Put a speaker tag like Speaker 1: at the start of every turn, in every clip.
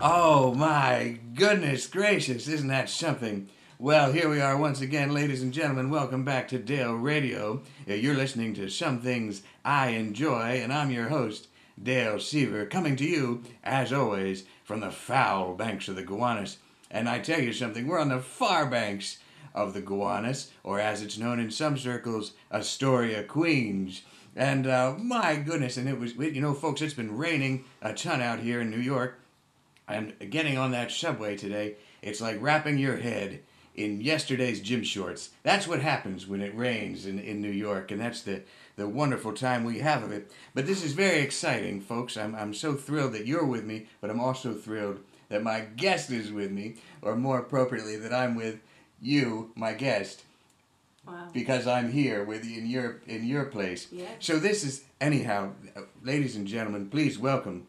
Speaker 1: Oh my goodness gracious, isn't that something? Well, here we are once again, ladies and gentlemen. Welcome back to Dale Radio. Uh, You're listening to Some Things I Enjoy, and I'm your host, Dale Seaver, coming to you, as always, from the foul banks of the Gowanus. And I tell you something, we're on the far banks of the Gowanus, or as it's known in some circles, Astoria, Queens. And uh, my goodness, and it was, you know, folks, it's been raining a ton out here in New York. And getting on that subway today, it's like wrapping your head in yesterday's gym shorts. That's what happens when it rains in, in New York, and that's the, the wonderful time we have of it. But this is very exciting, folks. I'm, I'm so thrilled that you're with me, but I'm also thrilled that my guest is with me, or more appropriately, that I'm with you, my guest
Speaker 2: Wow.
Speaker 1: because I'm here with you in your in your place.
Speaker 2: Yeah.
Speaker 1: So this is anyhow, uh, ladies and gentlemen, please welcome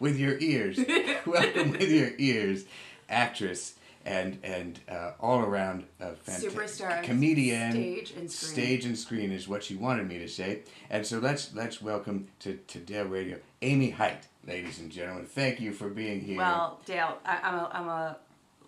Speaker 1: with your ears, welcome with your ears, actress and and uh, all around uh, fantastic
Speaker 2: Superstar,
Speaker 1: comedian,
Speaker 2: stage and screen.
Speaker 1: stage and screen is what she wanted me to say. And so let's let's welcome to to Dale Radio, Amy Height, ladies and gentlemen. Thank you for being here.
Speaker 2: Well, Dale, I, I'm a I'm a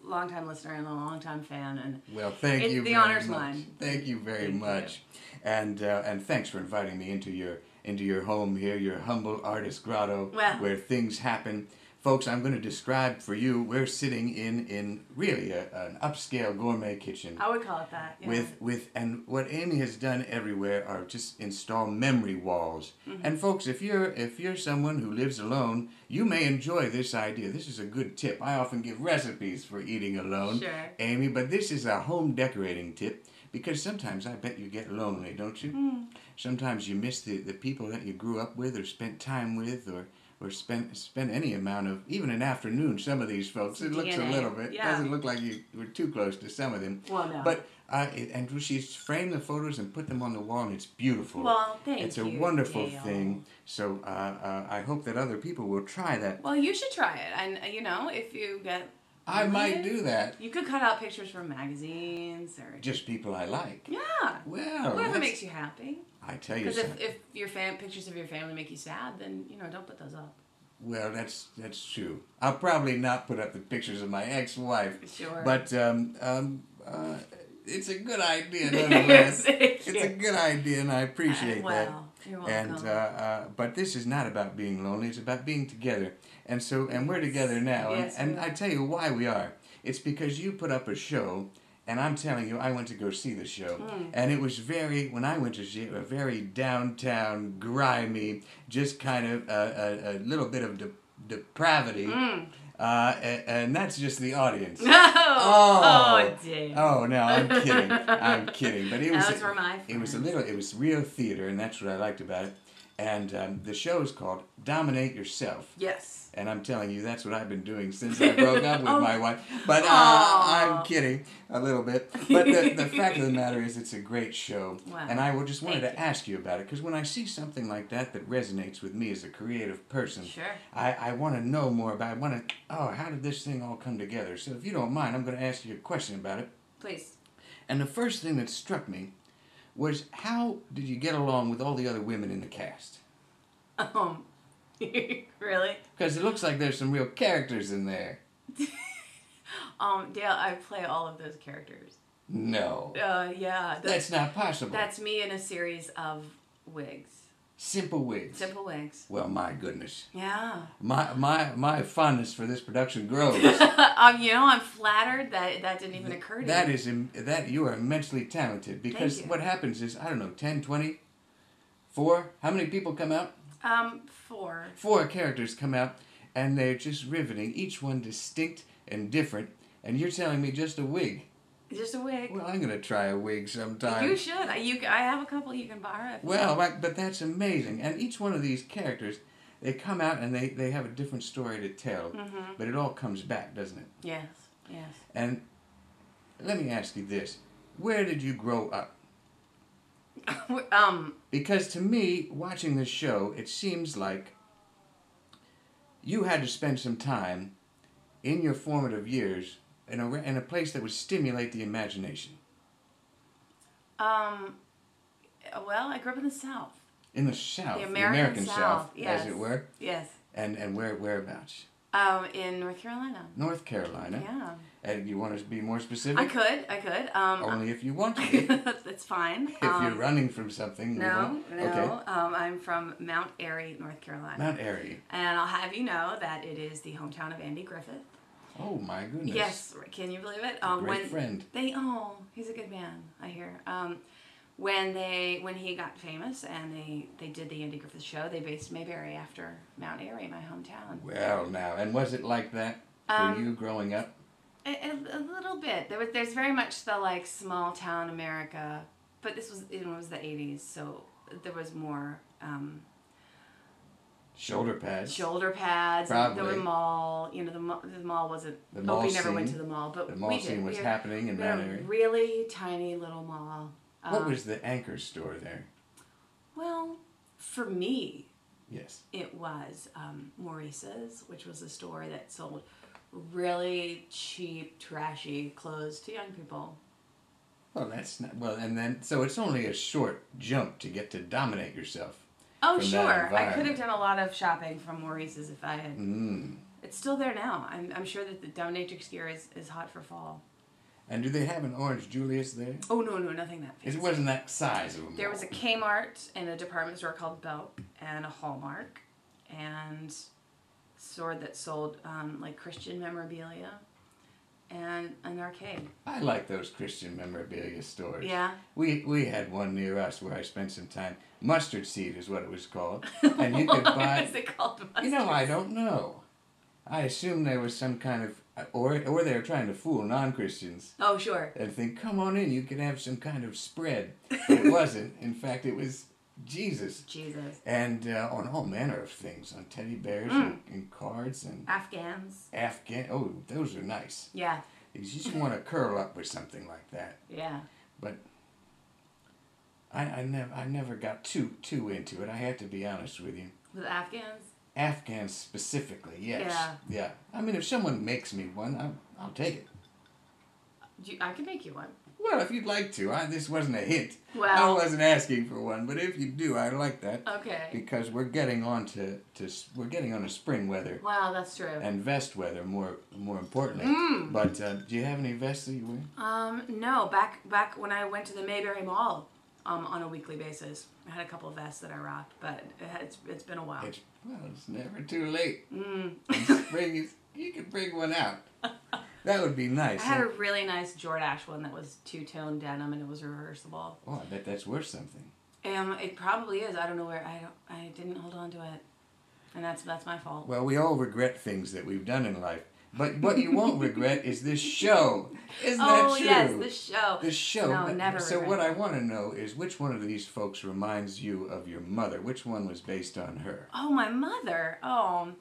Speaker 2: longtime listener and a longtime fan, and
Speaker 1: Well, thank
Speaker 2: It's-
Speaker 1: you.
Speaker 2: the
Speaker 1: very
Speaker 2: honor's
Speaker 1: much.
Speaker 2: mine.
Speaker 1: Thank you very
Speaker 2: Thank you.
Speaker 1: much, and uh, and thanks for inviting me into your into your home here, your humble artist grotto,
Speaker 2: Well-
Speaker 1: where things happen. Folks, I'm going to describe for you. We're sitting in in really a, an upscale gourmet kitchen
Speaker 2: I would call it that. Oh, yeah.
Speaker 1: with with and what Amy has done everywhere are just install memory walls.
Speaker 2: Mm-hmm.
Speaker 1: And folks, if you're if you're someone who lives alone, you may enjoy this idea. This is a good tip. I often give recipes for eating alone,
Speaker 2: Sure.
Speaker 1: Amy, but this is a home decorating tip because sometimes I bet you get lonely, don't you?
Speaker 2: Hmm.
Speaker 1: Sometimes you miss the, the people that you grew up with or spent time with or or spent spent any amount of even an afternoon. Some of these folks, it looks a
Speaker 2: DNA,
Speaker 1: little bit
Speaker 2: yeah.
Speaker 1: doesn't look like you were too close to some of them.
Speaker 2: Well, no.
Speaker 1: But uh, it, and she's framed the photos and put them on the wall, and it's beautiful.
Speaker 2: Well, thank
Speaker 1: It's
Speaker 2: you,
Speaker 1: a wonderful
Speaker 2: Dale.
Speaker 1: thing. So uh, uh, I hope that other people will try that.
Speaker 2: well, you should try it, and uh, you know if you get.
Speaker 1: I might
Speaker 2: lonely,
Speaker 1: do that.
Speaker 2: You could cut out pictures from magazines or.
Speaker 1: Just people I like.
Speaker 2: yeah.
Speaker 1: Well,
Speaker 2: Whatever
Speaker 1: that's-
Speaker 2: makes you happy.
Speaker 1: I tell you
Speaker 2: Because
Speaker 1: something.
Speaker 2: if, if your fam- pictures of your family make you sad, then you know don't put those up.
Speaker 1: Well, that's that's true. I'll probably not put up the pictures of my ex-wife.
Speaker 2: Sure. Uh,
Speaker 1: But um, um, uh, it's a good idea nonetheless.
Speaker 2: Thank
Speaker 1: it's
Speaker 2: you.
Speaker 1: a good idea, and I appreciate that.
Speaker 2: well, you're welcome.
Speaker 1: And uh, uh, but this is not about being lonely. It's about being together. And so, and we're together now.
Speaker 2: Yes,
Speaker 1: and
Speaker 2: we
Speaker 1: and
Speaker 2: are.
Speaker 1: I tell you why we are. It's because you put up a show, and I'm telling you, I went to go see the show,
Speaker 2: Hmm.
Speaker 1: and it was very when I went to see it, a very downtown, grimy, just kind of a, a, a little bit of de- depravity.
Speaker 2: Hmm.
Speaker 1: Uh, a- and, that's just the audience.
Speaker 2: no.
Speaker 1: Oh.
Speaker 2: Oh, damn.
Speaker 1: Oh no, I'm kidding. I'm kidding. But it
Speaker 2: That
Speaker 1: was
Speaker 2: was for my
Speaker 1: it was a
Speaker 2: friend.
Speaker 1: little it was real theater, and that's what I liked about it. And um, the show is called "Dominate Yourself."
Speaker 2: Yes.
Speaker 1: And I'm telling you, that's what I've been doing since I broke up with
Speaker 2: Oh.
Speaker 1: my wife. But uh,
Speaker 2: Aw.
Speaker 1: I'm kidding a little bit. But the, the fact of the matter is, it's a great show.
Speaker 2: Wow.
Speaker 1: And I will just wanted
Speaker 2: Thank
Speaker 1: to ask you about it because when I see something like that that resonates with me as a creative person,
Speaker 2: Sure.
Speaker 1: I, I want to know more about. I want to. Oh, how did this thing all come together? So if you don't mind, I'm going to ask you a question about it.
Speaker 2: Please.
Speaker 1: And the first thing that struck me was how did you get along with all the other women in the cast?
Speaker 2: Um. really?
Speaker 1: Because it looks like there's some real characters in there.
Speaker 2: Um, Dale, I play all of those characters.
Speaker 1: No.
Speaker 2: Uh, yeah, that's,
Speaker 1: That's not possible.
Speaker 2: that's me in a series of wigs,
Speaker 1: Simple wigs.
Speaker 2: simple wigs.
Speaker 1: Well, my goodness,
Speaker 2: Yeah.
Speaker 1: my my my fondness for this production grows.
Speaker 2: um, you know, I'm flattered that that didn't even occur to
Speaker 1: that
Speaker 2: you.
Speaker 1: is im- that you are immensely talented because
Speaker 2: you.
Speaker 1: what happens is I don't know 10, 20, four. How many people come out?
Speaker 2: um, four.
Speaker 1: Four characters come out, and they're just riveting. Each one distinct and different. And you're telling me just a wig?
Speaker 2: Just a wig.
Speaker 1: Well, I'm gonna try a wig sometime.
Speaker 2: you should. I- You, I have a couple you can borrow. if you
Speaker 1: Well, but,
Speaker 2: want.
Speaker 1: but that's amazing. And each one of these characters, they come out and they, they have a different story to tell.
Speaker 2: Mm-hmm.
Speaker 1: But it all comes back, doesn't it?
Speaker 2: yes, yes.
Speaker 1: And let me ask you this where did you grow up?
Speaker 2: um,
Speaker 1: Because to me, watching this show, it seems like you had to spend some time in your formative years in a, in a place that would stimulate the imagination.
Speaker 2: um, well, I grew up in the South.
Speaker 1: In the South,
Speaker 2: The American South,
Speaker 1: as
Speaker 2: yes.
Speaker 1: it were,
Speaker 2: Yes.
Speaker 1: and, and where whereabouts?
Speaker 2: Um, in North Carolina.
Speaker 1: North Carolina.
Speaker 2: Yeah.
Speaker 1: And you want us to be more specific?
Speaker 2: I could. I could. Um,
Speaker 1: Only if you want to. be.
Speaker 2: that's fine.
Speaker 1: if
Speaker 2: um,
Speaker 1: you're running from something. we
Speaker 2: No,
Speaker 1: won't-
Speaker 2: no.
Speaker 1: Okay.
Speaker 2: Um, I'm from Mount Airy, North Carolina.
Speaker 1: Mount Airy.
Speaker 2: and I'll have you know that it is the hometown of Andy Griffith.
Speaker 1: Oh my goodness.
Speaker 2: Yes, can you believe it? Um,
Speaker 1: Great
Speaker 2: when
Speaker 1: friend.
Speaker 2: They oh, he's a good man. I hear. Um, when they when he got famous and they they did the Andy Griffith show, they based Mayberry after Mount Airy, my hometown.
Speaker 1: Well, now, and was it like that for
Speaker 2: Um,
Speaker 1: you growing up?
Speaker 2: A, a, a little bit. There was there's very much the like small town America, but this was it was the '80s, so there was more. Um,
Speaker 1: Shoulder pads.
Speaker 2: shoulder pads. There
Speaker 1: Probably.
Speaker 2: were mall. You know, the, ma- the mall wasn't.
Speaker 1: The
Speaker 2: oh,
Speaker 1: mall
Speaker 2: we never went
Speaker 1: scene.
Speaker 2: to the mall, but
Speaker 1: the mall
Speaker 2: we did.
Speaker 1: scene was
Speaker 2: we were-
Speaker 1: happening in
Speaker 2: we had
Speaker 1: Mount Airy.
Speaker 2: a really tiny little mall.
Speaker 1: what
Speaker 2: Um,
Speaker 1: was the anchor store there?
Speaker 2: Well, for me,
Speaker 1: Yes.
Speaker 2: it was um, Maurice's, which was a store that sold really cheap, trashy clothes to young people.
Speaker 1: Well, that's not well, and then so it's only a short jump to get to dominate yourself.
Speaker 2: Oh,
Speaker 1: From that
Speaker 2: sure. I could
Speaker 1: environment.
Speaker 2: have done a lot of shopping from Maurice's if I had.
Speaker 1: Mm.
Speaker 2: It's still there now. I'm, I'm sure that the dominatrix gear is, is hot for fall.
Speaker 1: And do they have an Orange Julius there?
Speaker 2: Oh, no, no, nothing that fancy.
Speaker 1: It wasn't that size of a
Speaker 2: There was a
Speaker 1: mall.
Speaker 2: Kmart and a department store called Belk and a Hallmark and a store that sold um, like Christian memorabilia and an arcade.
Speaker 1: I like those Christian memorabilia stores.
Speaker 2: Yeah.
Speaker 1: We we had one near us where I spent some time. Mustard seed is what it was called, and you could
Speaker 2: Why
Speaker 1: buy.
Speaker 2: is it called?
Speaker 1: You know,
Speaker 2: mustard?
Speaker 1: I don't know. I assume there was some kind of, or or they were trying to fool non-Christians
Speaker 2: Oh, sure.
Speaker 1: and think, "Come on in, you can have some kind of spread." But it wasn't. In fact, it was Jesus
Speaker 2: Jesus.
Speaker 1: and uh, on all manner of things, on teddy bears
Speaker 2: Hmm.
Speaker 1: and, and cards and
Speaker 2: Afghans.
Speaker 1: Afghan. Oh, those are nice.
Speaker 2: Yeah.
Speaker 1: You just want to curl up with something like that.
Speaker 2: Yeah.
Speaker 1: But I, I never, I never got too too into it. I have to be honest with you.
Speaker 2: With Afghans.
Speaker 1: Afghans specifically, yes.
Speaker 2: Yeah.
Speaker 1: Yeah. I mean, if someone makes me one, I'll, I'll take it.
Speaker 2: Do you, I can make you one.
Speaker 1: Well, if you'd like to, I, this wasn't a hint. I
Speaker 2: Well.
Speaker 1: wasn't asking for one, but if you do, I like that
Speaker 2: Okay.
Speaker 1: because we're getting on to, to s- we're getting on to spring weather
Speaker 2: Wow, that's true.
Speaker 1: and vest weather more more importantly.
Speaker 2: Mm.
Speaker 1: But uh, do you have any vests that you wear?
Speaker 2: Um, no, back back when I went to the Mayberry Mall, um, on a weekly basis, I had a couple of vests that I rocked, but it had- it's it's been a while.
Speaker 1: It's well, it's never too late.
Speaker 2: Oh. Mm.
Speaker 1: spring is you can bring one out. That would be nice.
Speaker 2: I had a really nice Jordache one that was two tone denim and it was reversible.
Speaker 1: oh, I bet that's worth something.
Speaker 2: Um, it probably is. I don't know where I don't. I didn't hold on to it, and that's that's my fault.
Speaker 1: Well, we all regret things that we've done in life, but what you won't regret is this show. Isn't
Speaker 2: oh
Speaker 1: that true?
Speaker 2: yes, the show.
Speaker 1: This show.
Speaker 2: No,
Speaker 1: but-
Speaker 2: never
Speaker 1: so
Speaker 2: regret
Speaker 1: what I
Speaker 2: that.
Speaker 1: want to know is which one of these folks reminds you of your mother? Which one was based on her?
Speaker 2: Oh, my mother. Oh,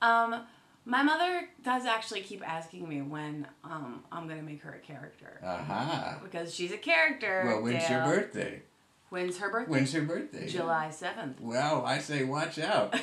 Speaker 2: um, my mother does actually keep asking me when um I'm gonna make her a character
Speaker 1: Aha.
Speaker 2: because she's a character.
Speaker 1: Well, when's your
Speaker 2: Dale.
Speaker 1: birthday?
Speaker 2: When's her birthday?
Speaker 1: When's her birthday?
Speaker 2: July seventh.
Speaker 1: Well, I say watch out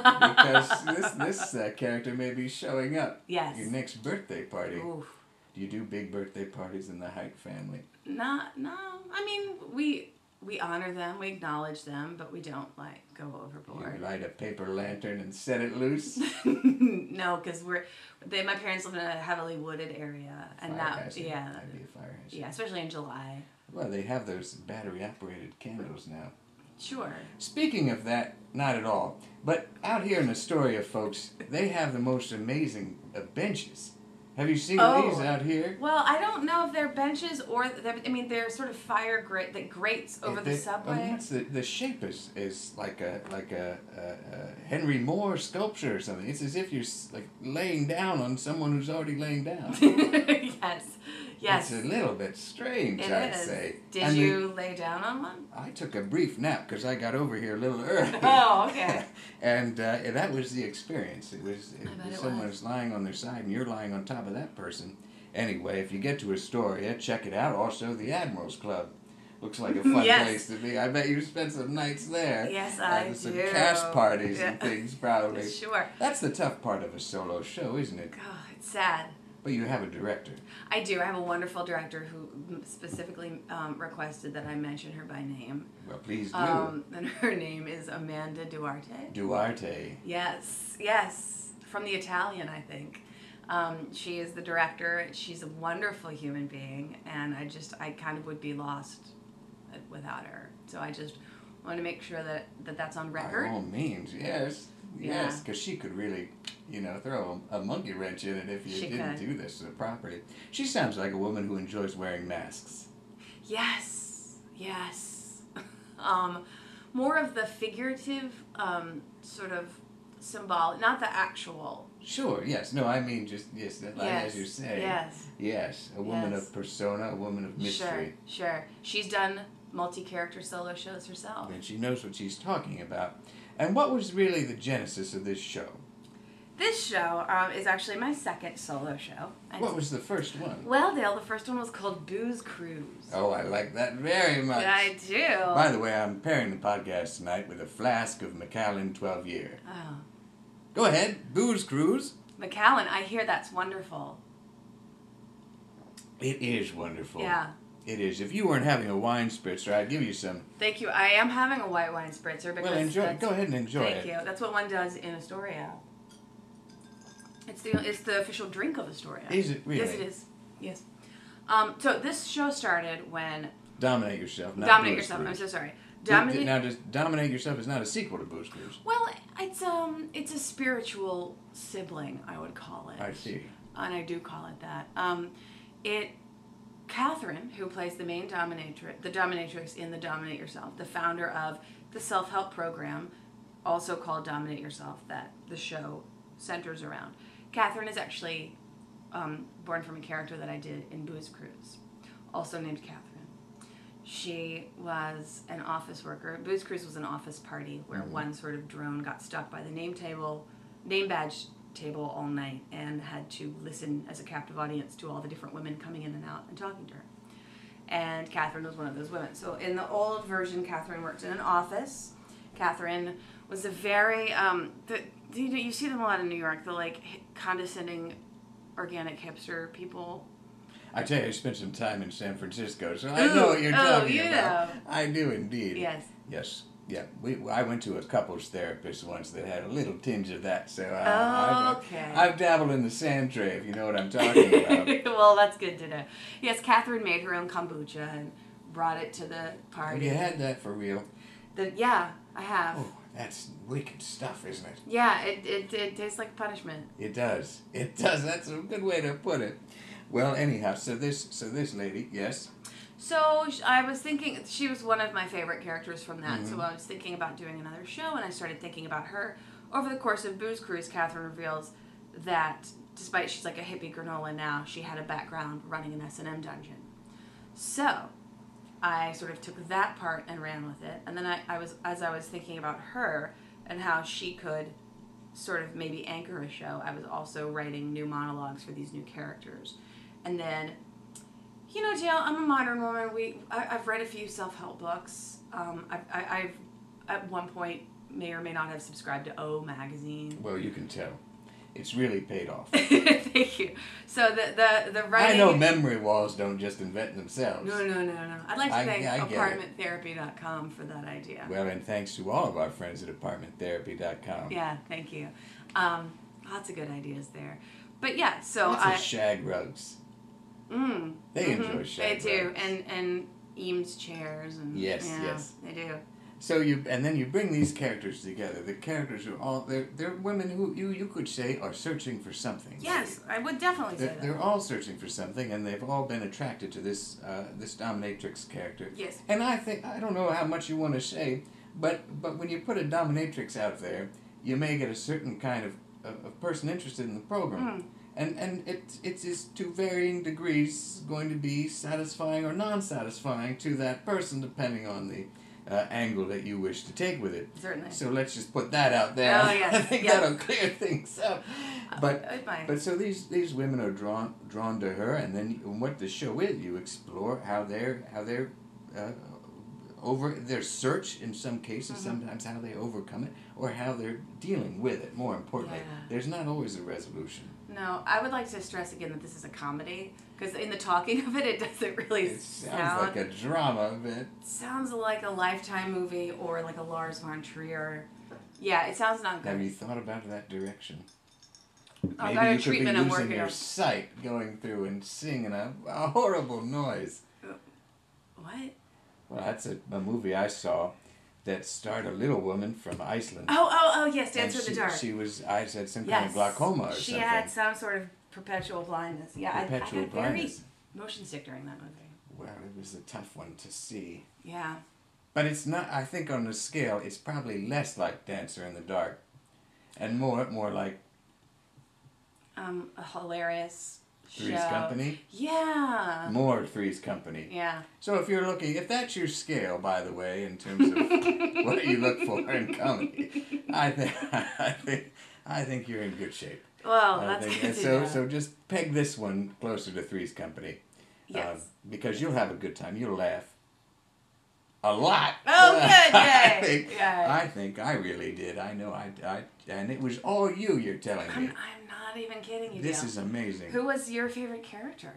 Speaker 1: because this this uh, character may be showing up
Speaker 2: yes.
Speaker 1: at your next birthday party.
Speaker 2: Oof.
Speaker 1: Do you do big birthday parties in the Hike family?
Speaker 2: Not no. I mean, we we honor them, we acknowledge them, but we don't like go
Speaker 1: You
Speaker 2: overboard.
Speaker 1: light a paper lantern and set it loose.
Speaker 2: no, because we're they, my parents live in a heavily wooded area, and
Speaker 1: Fire
Speaker 2: that
Speaker 1: hazard.
Speaker 2: yeah
Speaker 1: That'd be a fire hazard.
Speaker 2: yeah, especially in July.
Speaker 1: Well, they have those battery operated candles now.
Speaker 2: Sure.
Speaker 1: Speaking of that, not at all. But out here in Astoria, folks, they have the most amazing uh, benches. Have you seen
Speaker 2: Oh.
Speaker 1: these out here?
Speaker 2: Well, I don't know if they're benches or they're, I mean they're sort of fire grate that grates over
Speaker 1: They-
Speaker 2: the
Speaker 1: Oh,
Speaker 2: subway.
Speaker 1: that's the, the shape is, is like a like a, a, a Henry Moore sculpture or something. It's as if you're s- like laying down on someone who's already laying down.
Speaker 2: yes. Yes.
Speaker 1: It's a little bit strange,
Speaker 2: It
Speaker 1: I'd
Speaker 2: is.
Speaker 1: say.
Speaker 2: Did
Speaker 1: And the-
Speaker 2: you lay down on one?
Speaker 1: I took a brief nap because I got over here a little early.
Speaker 2: Oh, okay.
Speaker 1: and uh, and that was the experience. It was it,
Speaker 2: bet it
Speaker 1: someone was
Speaker 2: was.
Speaker 1: lying on their side and you're lying on top of that person. Anyway, if you get to Astoria, check it out. Also, the Admirals Club. Looks like a fun
Speaker 2: Yes.
Speaker 1: place to be. I bet you spent some nights there.
Speaker 2: Yes,
Speaker 1: Uh,
Speaker 2: I
Speaker 1: some
Speaker 2: do.
Speaker 1: cash parties and
Speaker 2: Yeah.
Speaker 1: things, probably.
Speaker 2: Sure.
Speaker 1: That's the tough part of a solo show, isn't it?
Speaker 2: Oh, it's sad.
Speaker 1: But you have a director.
Speaker 2: I do. I have a wonderful director who specifically um, requested that I mention her by name.
Speaker 1: Well, please do.
Speaker 2: Um, and her name is Amanda Duarte.
Speaker 1: Duarte.
Speaker 2: Yes, yes. from the Italian, I think. Um, she is the director. She's a wonderful human being, and I just I kind of would be lost uh, without her. So I just want to make sure that, that that's on
Speaker 1: By
Speaker 2: record.
Speaker 1: all means, yes,
Speaker 2: Yeah.
Speaker 1: yes, because she could really, you know, throw a, a monkey wrench in it if you
Speaker 2: She
Speaker 1: didn't
Speaker 2: could.
Speaker 1: do this to the property. She sounds like a woman who enjoys wearing masks.
Speaker 2: Yes, yes. um, more of the figurative um, sort of symbolic, not the actual.
Speaker 1: Sure, yes, no, I mean just yes, that, like,
Speaker 2: yes,
Speaker 1: as you say,
Speaker 2: Yes,
Speaker 1: yes, a woman
Speaker 2: Yes.
Speaker 1: of persona, a woman of mystery,
Speaker 2: sure, sure. She's done multi-character solo shows herself.
Speaker 1: and she knows what she's talking about. And what was really the genesis of this show?
Speaker 2: This show um, is actually my second solo show. I
Speaker 1: What was the first one?
Speaker 2: well, Dale, the first one was called Booze Cruise.
Speaker 1: Oh, I like that very much.
Speaker 2: I do.
Speaker 1: By the way, I'm pairing the podcast tonight with a flask of Macallan 12 year.
Speaker 2: oh.
Speaker 1: Go ahead, booze cruise.
Speaker 2: McAllen, I hear that's wonderful.
Speaker 1: It is wonderful.
Speaker 2: Yeah.
Speaker 1: It is. If you weren't having a wine spritzer, I'd give you some.
Speaker 2: Thank you. I am having a white wine spritzer because
Speaker 1: well, enjoy.
Speaker 2: that's-
Speaker 1: Go ahead and enjoy
Speaker 2: thank
Speaker 1: it.
Speaker 2: you. That's what one does in Astoria. It's the it's the official drink of Astoria.
Speaker 1: Is it really?
Speaker 2: Yes, it is. Yes. Um, so this show started when
Speaker 1: Dominate yourself. Not
Speaker 2: Dominate
Speaker 1: Booze
Speaker 2: Yourself. I'm
Speaker 1: Cruise.
Speaker 2: so sorry.
Speaker 1: Did- did-
Speaker 2: Dominate.
Speaker 1: Now, does dominate yourself is not a sequel to Booze Cruise.
Speaker 2: well, it's um it's a spiritual sibling, I would call it.
Speaker 1: I see.
Speaker 2: and I do call it that. Um, it Catherine, who plays the main dominatrix, the dominatrix in the Dominate Yourself, the founder of the self help program, also called Dominate Yourself, that the show centers around. Catherine is actually um, born from a character that I did in Booze Cruise, also named Catherine. She was an office worker. Booze Cruise was an office party where one sort of drone got stuck by the name table, name badge table all night and had to listen as a captive audience to all the different women coming in and out and talking to her. And Catherine was one of those women. So in the old version, Catherine worked in an office. Catherine was a very, um, the, you, know, you see them a lot in New York, the like hi- condescending organic hipster people.
Speaker 1: I tell you, I spent some time in San Francisco, so I know what you're
Speaker 2: Ooh, oh,
Speaker 1: talking
Speaker 2: you
Speaker 1: about.
Speaker 2: know.
Speaker 1: I do indeed.
Speaker 2: Yes.
Speaker 1: Yes. Yeah. We. I went to a couples therapist once that had a little tinge of that, so Uh, I, I've-
Speaker 2: Okay.
Speaker 1: I've, dabbled in the sand tray, if you know what I'm talking about.
Speaker 2: well, that's good to know. Yes, Catherine made her own kombucha and brought it to the
Speaker 1: Have
Speaker 2: party.
Speaker 1: you had that for real?
Speaker 2: The- yeah, I have.
Speaker 1: Oh, that's wicked stuff, isn't it?
Speaker 2: Yeah, it, it, it tastes like punishment.
Speaker 1: It does. It does. That's a good way to put it. Well, anyhow, so this, so this lady, yes.
Speaker 2: So sh- I was thinking, she was one of my favorite characters from that. So I was thinking about doing another show, and I started thinking about her. Over the course of Booze Cruise, Catherine reveals that despite she's like a hippie granola now, she had a background running an S and M dungeon. So I sort of took that part and ran with it. And then I, I was, as I was thinking about her and how she could sort of maybe anchor a show, I was also writing new monologues for these new characters. And then, you know, Dale, I'm a modern woman. We, I, I've read a few self help books. Um, I, I, I've, at one point, may or may not have subscribed to O magazine.
Speaker 1: Well, you can tell, it's really paid off.
Speaker 2: Thank you. So the the the
Speaker 1: I
Speaker 2: writing.
Speaker 1: know memory walls don't just invent themselves.
Speaker 2: No, no, no, no. I'd like to
Speaker 1: I-
Speaker 2: thank
Speaker 1: I get it.
Speaker 2: apartmenttherapy.com for that idea.
Speaker 1: Well, and thanks to all of our friends at ApartmentTherapy.com.
Speaker 2: Yeah, thank you. Um, lots of good ideas there. But yeah, so
Speaker 1: Lots
Speaker 2: I
Speaker 1: of shag rugs.
Speaker 2: mm,
Speaker 1: They
Speaker 2: mhm,
Speaker 1: enjoy
Speaker 2: They
Speaker 1: shag
Speaker 2: do,
Speaker 1: rugs.
Speaker 2: and and Eames chairs and
Speaker 1: Yes,
Speaker 2: yeah,
Speaker 1: yes.
Speaker 2: they do.
Speaker 1: So you and then you bring these characters together. The characters are all they're they're women who you you could say are searching for something.
Speaker 2: Yes, I would definitely say
Speaker 1: They're,
Speaker 2: that.
Speaker 1: they're all searching for something, and they've all been attracted to this uh, this dominatrix character.
Speaker 2: Yes.
Speaker 1: And I think I don't know how much you want to say, but but when you put a dominatrix out there, you may get a certain kind of, of, of person interested in the program,
Speaker 2: Hmm.
Speaker 1: and and it it is to varying degrees going to be satisfying or non-satisfying to that person, depending on the. Uh, angle that you wish to take with it.
Speaker 2: Certainly.
Speaker 1: So let's just put that out there.
Speaker 2: Oh, yes,
Speaker 1: I think
Speaker 2: yes.
Speaker 1: that'll clear things up. But
Speaker 2: It might.
Speaker 1: but so these these women are drawn drawn to her, and then you- and what the show is, you explore how they're how they're uh, over their search in some cases,
Speaker 2: Mm-hmm.
Speaker 1: sometimes how they overcome it, or how they're dealing with it. More importantly,
Speaker 2: Yeah.
Speaker 1: there's not always a resolution.
Speaker 2: no, I would like to stress again that this is a comedy because in the talking of it, it doesn't really
Speaker 1: It sounds
Speaker 2: sound
Speaker 1: like a drama, but
Speaker 2: sounds like a Lifetime movie or like a Lars von Trier. Yeah, it sounds not good.
Speaker 1: have you thought about that direction?
Speaker 2: Oh, I
Speaker 1: Maybe
Speaker 2: got
Speaker 1: you
Speaker 2: a
Speaker 1: could be
Speaker 2: treatment I'm
Speaker 1: losing
Speaker 2: working
Speaker 1: your
Speaker 2: on.
Speaker 1: sight going through and singing a, a horrible noise.
Speaker 2: What?
Speaker 1: Well, that's a, a movie I saw that starred a little woman from Iceland.
Speaker 2: Oh, oh, oh, yes,
Speaker 1: and
Speaker 2: Dance with
Speaker 1: she,
Speaker 2: the Dark.
Speaker 1: She was, I said, some
Speaker 2: yes.
Speaker 1: kind of glaucoma or
Speaker 2: she
Speaker 1: something.
Speaker 2: had some sort of perpetual blindness. Yeah, I-
Speaker 1: perpetual
Speaker 2: I, got
Speaker 1: blindness.
Speaker 2: very motion sick during that movie.
Speaker 1: Well, it was a tough one to see.
Speaker 2: Yeah.
Speaker 1: But it's not, I think on the scale, it's probably less like Dancer in the Dark and more more like
Speaker 2: Um, a hilarious
Speaker 1: Three's
Speaker 2: show.
Speaker 1: Company.
Speaker 2: Yeah.
Speaker 1: More Three's Company.
Speaker 2: Yeah.
Speaker 1: So if you're looking, if that's your scale, by the way, in terms of what you look for in comedy, I think, I think, I think you're in good shape.
Speaker 2: Well,
Speaker 1: I
Speaker 2: Oh, that's
Speaker 1: think-
Speaker 2: good
Speaker 1: Uh, and
Speaker 2: to
Speaker 1: so,
Speaker 2: know.
Speaker 1: so just peg this one closer to Three's Company.
Speaker 2: yes.
Speaker 1: um, because you'll have a good time. You'll laugh a lot.
Speaker 2: Oh, good,
Speaker 1: I
Speaker 2: yay,
Speaker 1: think,
Speaker 2: yay.
Speaker 1: I think I really did. I know I, I, and it was all you. You're telling
Speaker 2: I'm,
Speaker 1: me
Speaker 2: I'm not even kidding you.
Speaker 1: this
Speaker 2: Dale.
Speaker 1: is amazing.
Speaker 2: Who was your favorite character?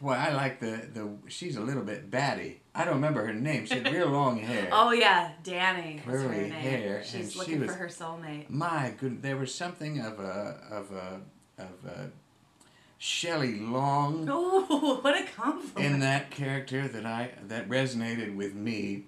Speaker 1: Boy, I like the the. She's a little bit batty. I don't remember her name. She had real long hair.
Speaker 2: Oh yeah, Danny. was her
Speaker 1: Curly
Speaker 2: name.
Speaker 1: hair,
Speaker 2: She's
Speaker 1: and she
Speaker 2: looking
Speaker 1: was-
Speaker 2: for her soulmate.
Speaker 1: My good, there was something of a of a of a Shelley Long.
Speaker 2: Oh, what a compliment.
Speaker 1: in that character that I that resonated with me.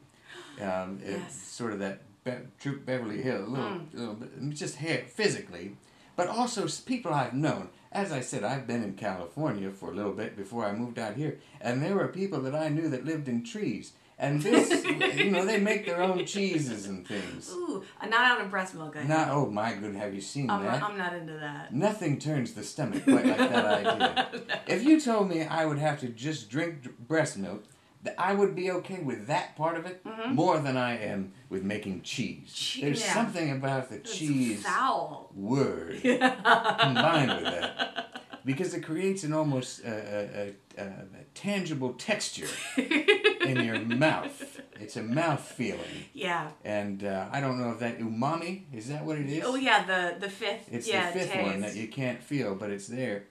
Speaker 1: Um, it-
Speaker 2: Yes.
Speaker 1: Sort of that Be- Troop Beverly Hill, a little, little bit, mm, just hair physically, but also s- people I've known. As I said, I've been in California for a little bit before I moved out here, and there were people that I knew that lived in trees. And this, you know, they make their own cheeses and things.
Speaker 2: Ooh, uh, not out of breast milk. I
Speaker 1: Not, oh my good, have you seen
Speaker 2: I'm,
Speaker 1: that?
Speaker 2: not, I'm not into that.
Speaker 1: Nothing turns the stomach quite like that idea. If you told me I would have to just drink d- breast milk, th- I would be okay with that part of it more than I am with making cheese.
Speaker 2: Mm-hmm. Che-
Speaker 1: There's
Speaker 2: yeah.
Speaker 1: something about the
Speaker 2: It's
Speaker 1: cheese
Speaker 2: foul.
Speaker 1: word combined with that because it creates an almost uh, a, a, a, a tangible texture in your mouth. It's a mouth feeling,
Speaker 2: yeah.
Speaker 1: and uh, I don't know if that umami is that what it is.
Speaker 2: Oh yeah, the the fifth.
Speaker 1: It's
Speaker 2: yeah,
Speaker 1: the fifth
Speaker 2: taste.
Speaker 1: one that you can't feel, but it's there.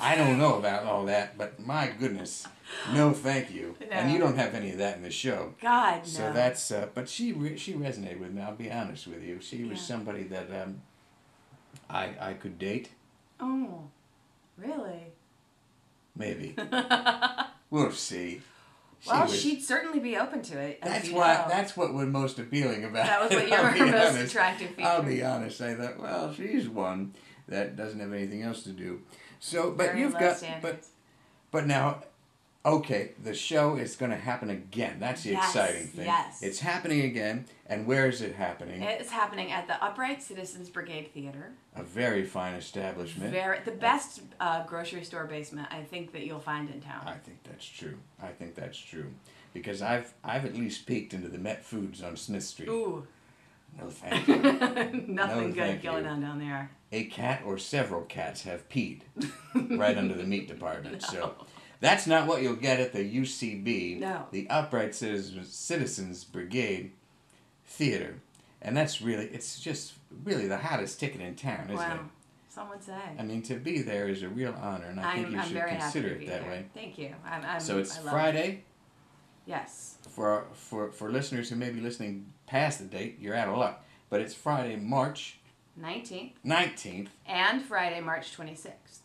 Speaker 1: I don't know about all that, but my goodness, no, thank you. And you
Speaker 2: No.
Speaker 1: don't have any of that in the show.
Speaker 2: God no.
Speaker 1: So that's. Uh, but she re- she resonated with me. I'll be honest with you. She was
Speaker 2: Yeah.
Speaker 1: somebody that um, I I could date,
Speaker 2: Oh, really?
Speaker 1: maybe. we'll see. She
Speaker 2: well,
Speaker 1: was-
Speaker 2: she'd certainly be open to it. as
Speaker 1: That's
Speaker 2: you
Speaker 1: why.
Speaker 2: know.
Speaker 1: That's what was most appealing about.
Speaker 2: That was
Speaker 1: it,
Speaker 2: what your
Speaker 1: I'll be
Speaker 2: most
Speaker 1: honest.
Speaker 2: attractive feature.
Speaker 1: I'll be honest. I thought, well, she's one that doesn't have anything else to do. So, but
Speaker 2: Very
Speaker 1: you've
Speaker 2: low
Speaker 1: got, but
Speaker 2: standards.
Speaker 1: But now, okay, the show is going to happen again. That's the
Speaker 2: Yes,
Speaker 1: exciting thing.
Speaker 2: yes.
Speaker 1: It's happening again, and where is it happening?
Speaker 2: it's happening at the Upright Citizens Brigade Theater.
Speaker 1: a very fine establishment.
Speaker 2: Very, the best uh, grocery store basement I think that you'll find in town.
Speaker 1: I think that's true. I think that's true. Because I've I've at least peeked into the Met Foods on Smith Street.
Speaker 2: Ooh,
Speaker 1: No thank you.
Speaker 2: nothing good
Speaker 1: thank
Speaker 2: going
Speaker 1: you.
Speaker 2: on down there.
Speaker 1: A cat or several cats have peed right under the meat department. So that's not what you'll get at the UCB,
Speaker 2: No.
Speaker 1: the Upright Citizens, Citizens Brigade Theater. And that's really, it's just really the hottest ticket in town, isn't
Speaker 2: Wow,
Speaker 1: it?
Speaker 2: some would say.
Speaker 1: I mean, to be there is a real honor, and I think
Speaker 2: I'm,
Speaker 1: you
Speaker 2: I'm
Speaker 1: should
Speaker 2: very happy
Speaker 1: consider
Speaker 2: to be
Speaker 1: it that
Speaker 2: there.
Speaker 1: way.
Speaker 2: Thank you. I'm, I'm,
Speaker 1: So it's
Speaker 2: I love it.
Speaker 1: Friday.
Speaker 2: Yes.
Speaker 1: For, for, for listeners who may be listening past the date, you're out of luck. But it's Friday, March
Speaker 2: 19th
Speaker 1: 19th.
Speaker 2: and Friday, March 26th.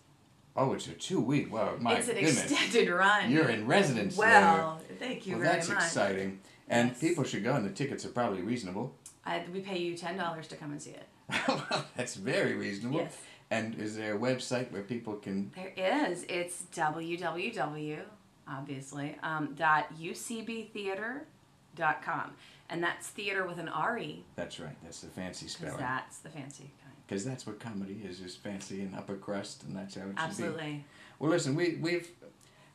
Speaker 1: Oh, it's a two week. Wow, my
Speaker 2: it's an
Speaker 1: goodness.
Speaker 2: extended run.
Speaker 1: You're in residence
Speaker 2: well, thank you
Speaker 1: there. Well,
Speaker 2: very
Speaker 1: that's
Speaker 2: much.
Speaker 1: exciting. And
Speaker 2: Yes.
Speaker 1: people should go, and the tickets are probably reasonable.
Speaker 2: I, we pay you $10 to come and see it.
Speaker 1: Well, that's very reasonable.
Speaker 2: Yes.
Speaker 1: And is there a website where people can?
Speaker 2: There is. It's www, obviously, um, dot ucbtheater.com. And that's theater with an R-E,
Speaker 1: That's right. That's the fancy
Speaker 2: because
Speaker 1: spelling.
Speaker 2: that's the fancy kind.
Speaker 1: Because that's what comedy is: is fancy and upper crust, and that's how it should be.
Speaker 2: Absolutely.
Speaker 1: Well, listen, we, we've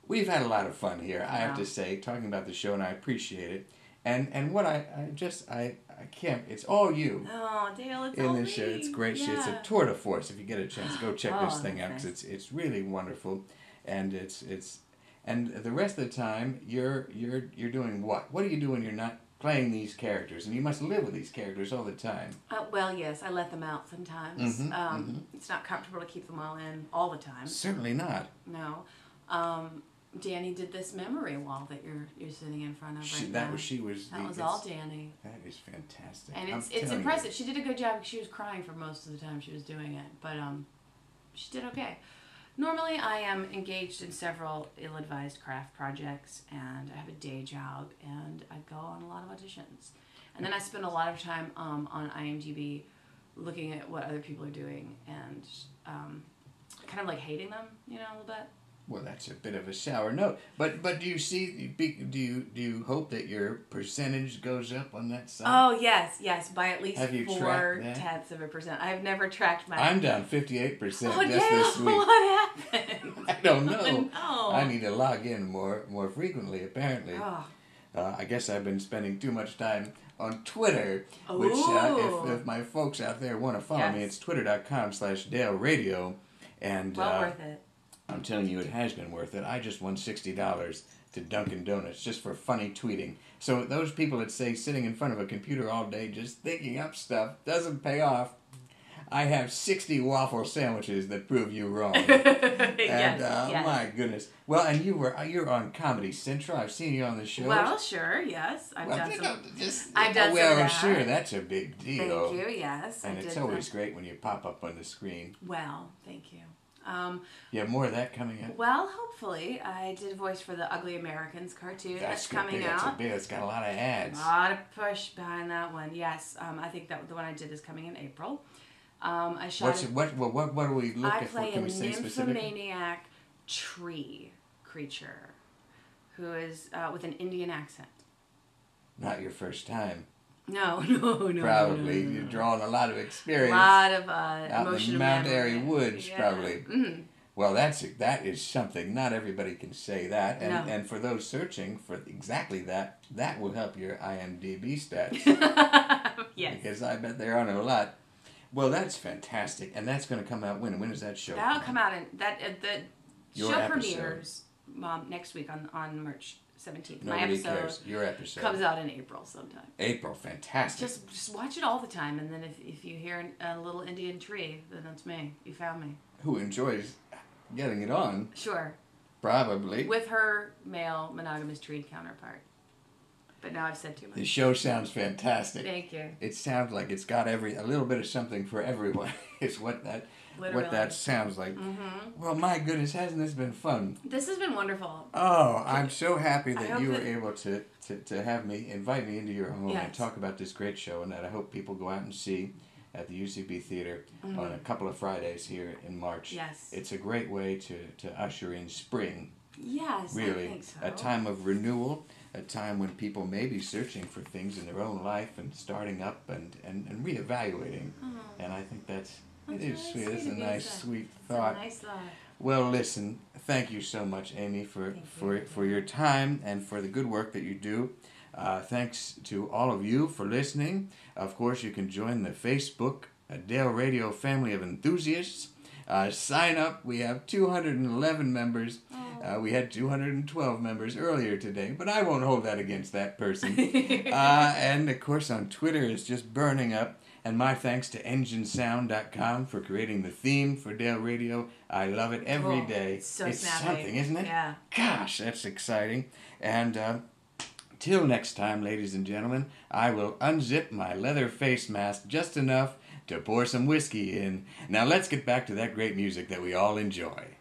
Speaker 1: we've had a lot of fun here. I have
Speaker 2: Wow.
Speaker 1: to say, talking about the show, and I appreciate it. And and what I, I just I I can't. It's all you.
Speaker 2: Oh, Dale, it's
Speaker 1: in
Speaker 2: all
Speaker 1: this show.
Speaker 2: me.
Speaker 1: It's great shit. It's
Speaker 2: Yeah.
Speaker 1: a tour de force. If you get a chance, go check this
Speaker 2: Oh,
Speaker 1: thing out
Speaker 2: that's
Speaker 1: 'cause it's it's really wonderful, and it's it's and the rest of the time you're you're you're doing what? What do you do when you're not playing these characters? And you must live with these characters all the time.
Speaker 2: Uh, well, yes, I let them out sometimes.
Speaker 1: Mhm,
Speaker 2: um, It's not comfortable to keep them all in all the time.
Speaker 1: Certainly not.
Speaker 2: No. Um, Danny did this memory wall that you're you're sitting in front of
Speaker 1: She,
Speaker 2: right
Speaker 1: that
Speaker 2: now.
Speaker 1: was she was.
Speaker 2: That
Speaker 1: the-
Speaker 2: was all
Speaker 1: it's-
Speaker 2: Danny,
Speaker 1: That is fantastic.
Speaker 2: and
Speaker 1: I'm
Speaker 2: it's it's
Speaker 1: telling you.
Speaker 2: impressive. She did a good job. She was crying for most of the time she was doing it, but um, she did okay. Normally, I am engaged in several ill advised craft projects, and I have a day job, and I go on a lot of auditions. And then I spend a lot of time um, on IMDb looking at what other people are doing and um, kind of like hating them, you know, a little bit.
Speaker 1: Well, that's a bit of a sour note. But but do you see? be- Do you do you hope that your percentage goes up on that side?
Speaker 2: Oh, yes, yes, by at least
Speaker 1: Have you tracked
Speaker 2: four
Speaker 1: that?
Speaker 2: tenths of a percent. I've never tracked my.
Speaker 1: I'm down fifty eight percent
Speaker 2: oh,
Speaker 1: just
Speaker 2: Dale,
Speaker 1: this week.
Speaker 2: what happened?
Speaker 1: I don't
Speaker 2: Oh,
Speaker 1: know.
Speaker 2: no.
Speaker 1: I need to log in more more frequently. Apparently,
Speaker 2: Oh,
Speaker 1: uh, I guess I've been spending too much time on Twitter. Which uh,
Speaker 2: Ooh.
Speaker 1: if, if my folks out there want to follow me,
Speaker 2: Yes.
Speaker 1: it's twitter.com/slash Dale Radio, and
Speaker 2: well
Speaker 1: uh,
Speaker 2: worth it.
Speaker 1: I'm telling you, it has been worth it. I just won sixty dollars to Dunkin' Donuts just for funny tweeting. So those people that say sitting in front of a computer all day just thinking up stuff doesn't pay off. I have sixty waffle sandwiches that prove you wrong. and
Speaker 2: yes,
Speaker 1: uh,
Speaker 2: yes.
Speaker 1: my goodness, well, and you were you're on Comedy Central. I've seen you on the show.
Speaker 2: Well, sure, yes. I've done some.
Speaker 1: just,
Speaker 2: I've done some
Speaker 1: well,
Speaker 2: of that.
Speaker 1: sure, that's a big
Speaker 2: Thank
Speaker 1: deal.
Speaker 2: you, yes.
Speaker 1: And
Speaker 2: I
Speaker 1: it's
Speaker 2: did
Speaker 1: always
Speaker 2: that.
Speaker 1: great when you pop up on the screen.
Speaker 2: Well, thank you. Um,
Speaker 1: You have more of that coming up.
Speaker 2: well, hopefully, I did a voice for the Ugly Americans cartoon that's,
Speaker 1: gonna
Speaker 2: coming
Speaker 1: be- That's a
Speaker 2: out.
Speaker 1: big. It's got a lot of ads.
Speaker 2: A lot of push behind that one. Yes, um, I think that the one I did is coming in April. Um, I shot.
Speaker 1: What's
Speaker 2: a-
Speaker 1: what? What? What, what are we
Speaker 2: I
Speaker 1: looking for?
Speaker 2: play a
Speaker 1: Can we say specifically?
Speaker 2: nymphomaniac tree creature who is uh, with an Indian accent.
Speaker 1: Not your first time,
Speaker 2: No, no, no, no. no,
Speaker 1: probably.
Speaker 2: no, no.
Speaker 1: You're drawing a lot of
Speaker 2: A
Speaker 1: experience
Speaker 2: lot of uh,
Speaker 1: out in the
Speaker 2: emotional
Speaker 1: Mount
Speaker 2: memory.
Speaker 1: Airy woods,
Speaker 2: Yeah.
Speaker 1: probably.
Speaker 2: Mm.
Speaker 1: Well, that's that is something. Not everybody can say that, and
Speaker 2: No.
Speaker 1: and for those searching for exactly that, that will help your IMDb stats.
Speaker 2: yes.
Speaker 1: Because I bet there aren't a lot. Well, that's fantastic, and that's going to come out when? When does that show?
Speaker 2: That'll
Speaker 1: come
Speaker 2: come out in that uh, the
Speaker 1: Your
Speaker 2: show
Speaker 1: episode.
Speaker 2: premieres um, next week on on March seventeenth.
Speaker 1: Nobody
Speaker 2: My episode
Speaker 1: cares. Your episode
Speaker 2: comes out in April sometime.
Speaker 1: April. Fantastic.
Speaker 2: Just just watch it all the time, and then if, if you hear an- a little Indian tree, then that's me. You found me.
Speaker 1: Who enjoys getting it on?
Speaker 2: Sure,
Speaker 1: Probably.
Speaker 2: with her male monogamous tree counterpart. But now I've said too
Speaker 1: The
Speaker 2: much.
Speaker 1: show sounds fantastic.
Speaker 2: Thank you.
Speaker 1: It sounds like it's got every a little bit of something for everyone. is what that
Speaker 2: Literally.
Speaker 1: what that sounds like.
Speaker 2: hmm
Speaker 1: Well, my goodness, hasn't this been fun?
Speaker 2: This has been wonderful.
Speaker 1: Oh, I'm so happy
Speaker 2: I
Speaker 1: that
Speaker 2: hope
Speaker 1: you were
Speaker 2: that-
Speaker 1: able to, to, to have me invite me into your home and
Speaker 2: Yes.
Speaker 1: talk about this great show, and that I hope people go out and see at the UCB Theater on a couple of Fridays here in March.
Speaker 2: Mm-hmm. Yes.
Speaker 1: It's a great way to, to usher in spring,
Speaker 2: Yes, I
Speaker 1: really.
Speaker 2: think so.
Speaker 1: A time of renewal, a time when people may be searching for things in their own life and starting up and, and, and reevaluating.
Speaker 2: Oh,
Speaker 1: And I think that's,
Speaker 2: That's
Speaker 1: it is
Speaker 2: really
Speaker 1: sweet. It's
Speaker 2: sweet
Speaker 1: a
Speaker 2: of you to
Speaker 1: nice,
Speaker 2: say.
Speaker 1: sweet
Speaker 2: it's a
Speaker 1: thought.
Speaker 2: nice thought.
Speaker 1: Well, listen, thank you so much, Amy, for,
Speaker 2: Thank you.
Speaker 1: for, for your time and for the good work that you do. Uh, thanks to all of you for listening. Of course, you can join the Facebook uh, Dale Radio Family of Enthusiasts. Uh, sign up. We have 211 members.
Speaker 2: Oh.
Speaker 1: Uh, we had 212 members earlier today, but I won't hold that against that person uh, and of course on Twitter it's just burning up. And my thanks to EngineSound.com for creating the theme for Dale Radio. I love it every
Speaker 2: Cool.
Speaker 1: day.
Speaker 2: Oh, It's so
Speaker 1: it's
Speaker 2: snappy.
Speaker 1: something, isn't it?
Speaker 2: Yeah.
Speaker 1: Gosh, that's exciting. And uh, till next time, ladies and gentlemen, I will unzip my leather face mask just enough to pour some whiskey in. Now let's get back to that great music that we all enjoy.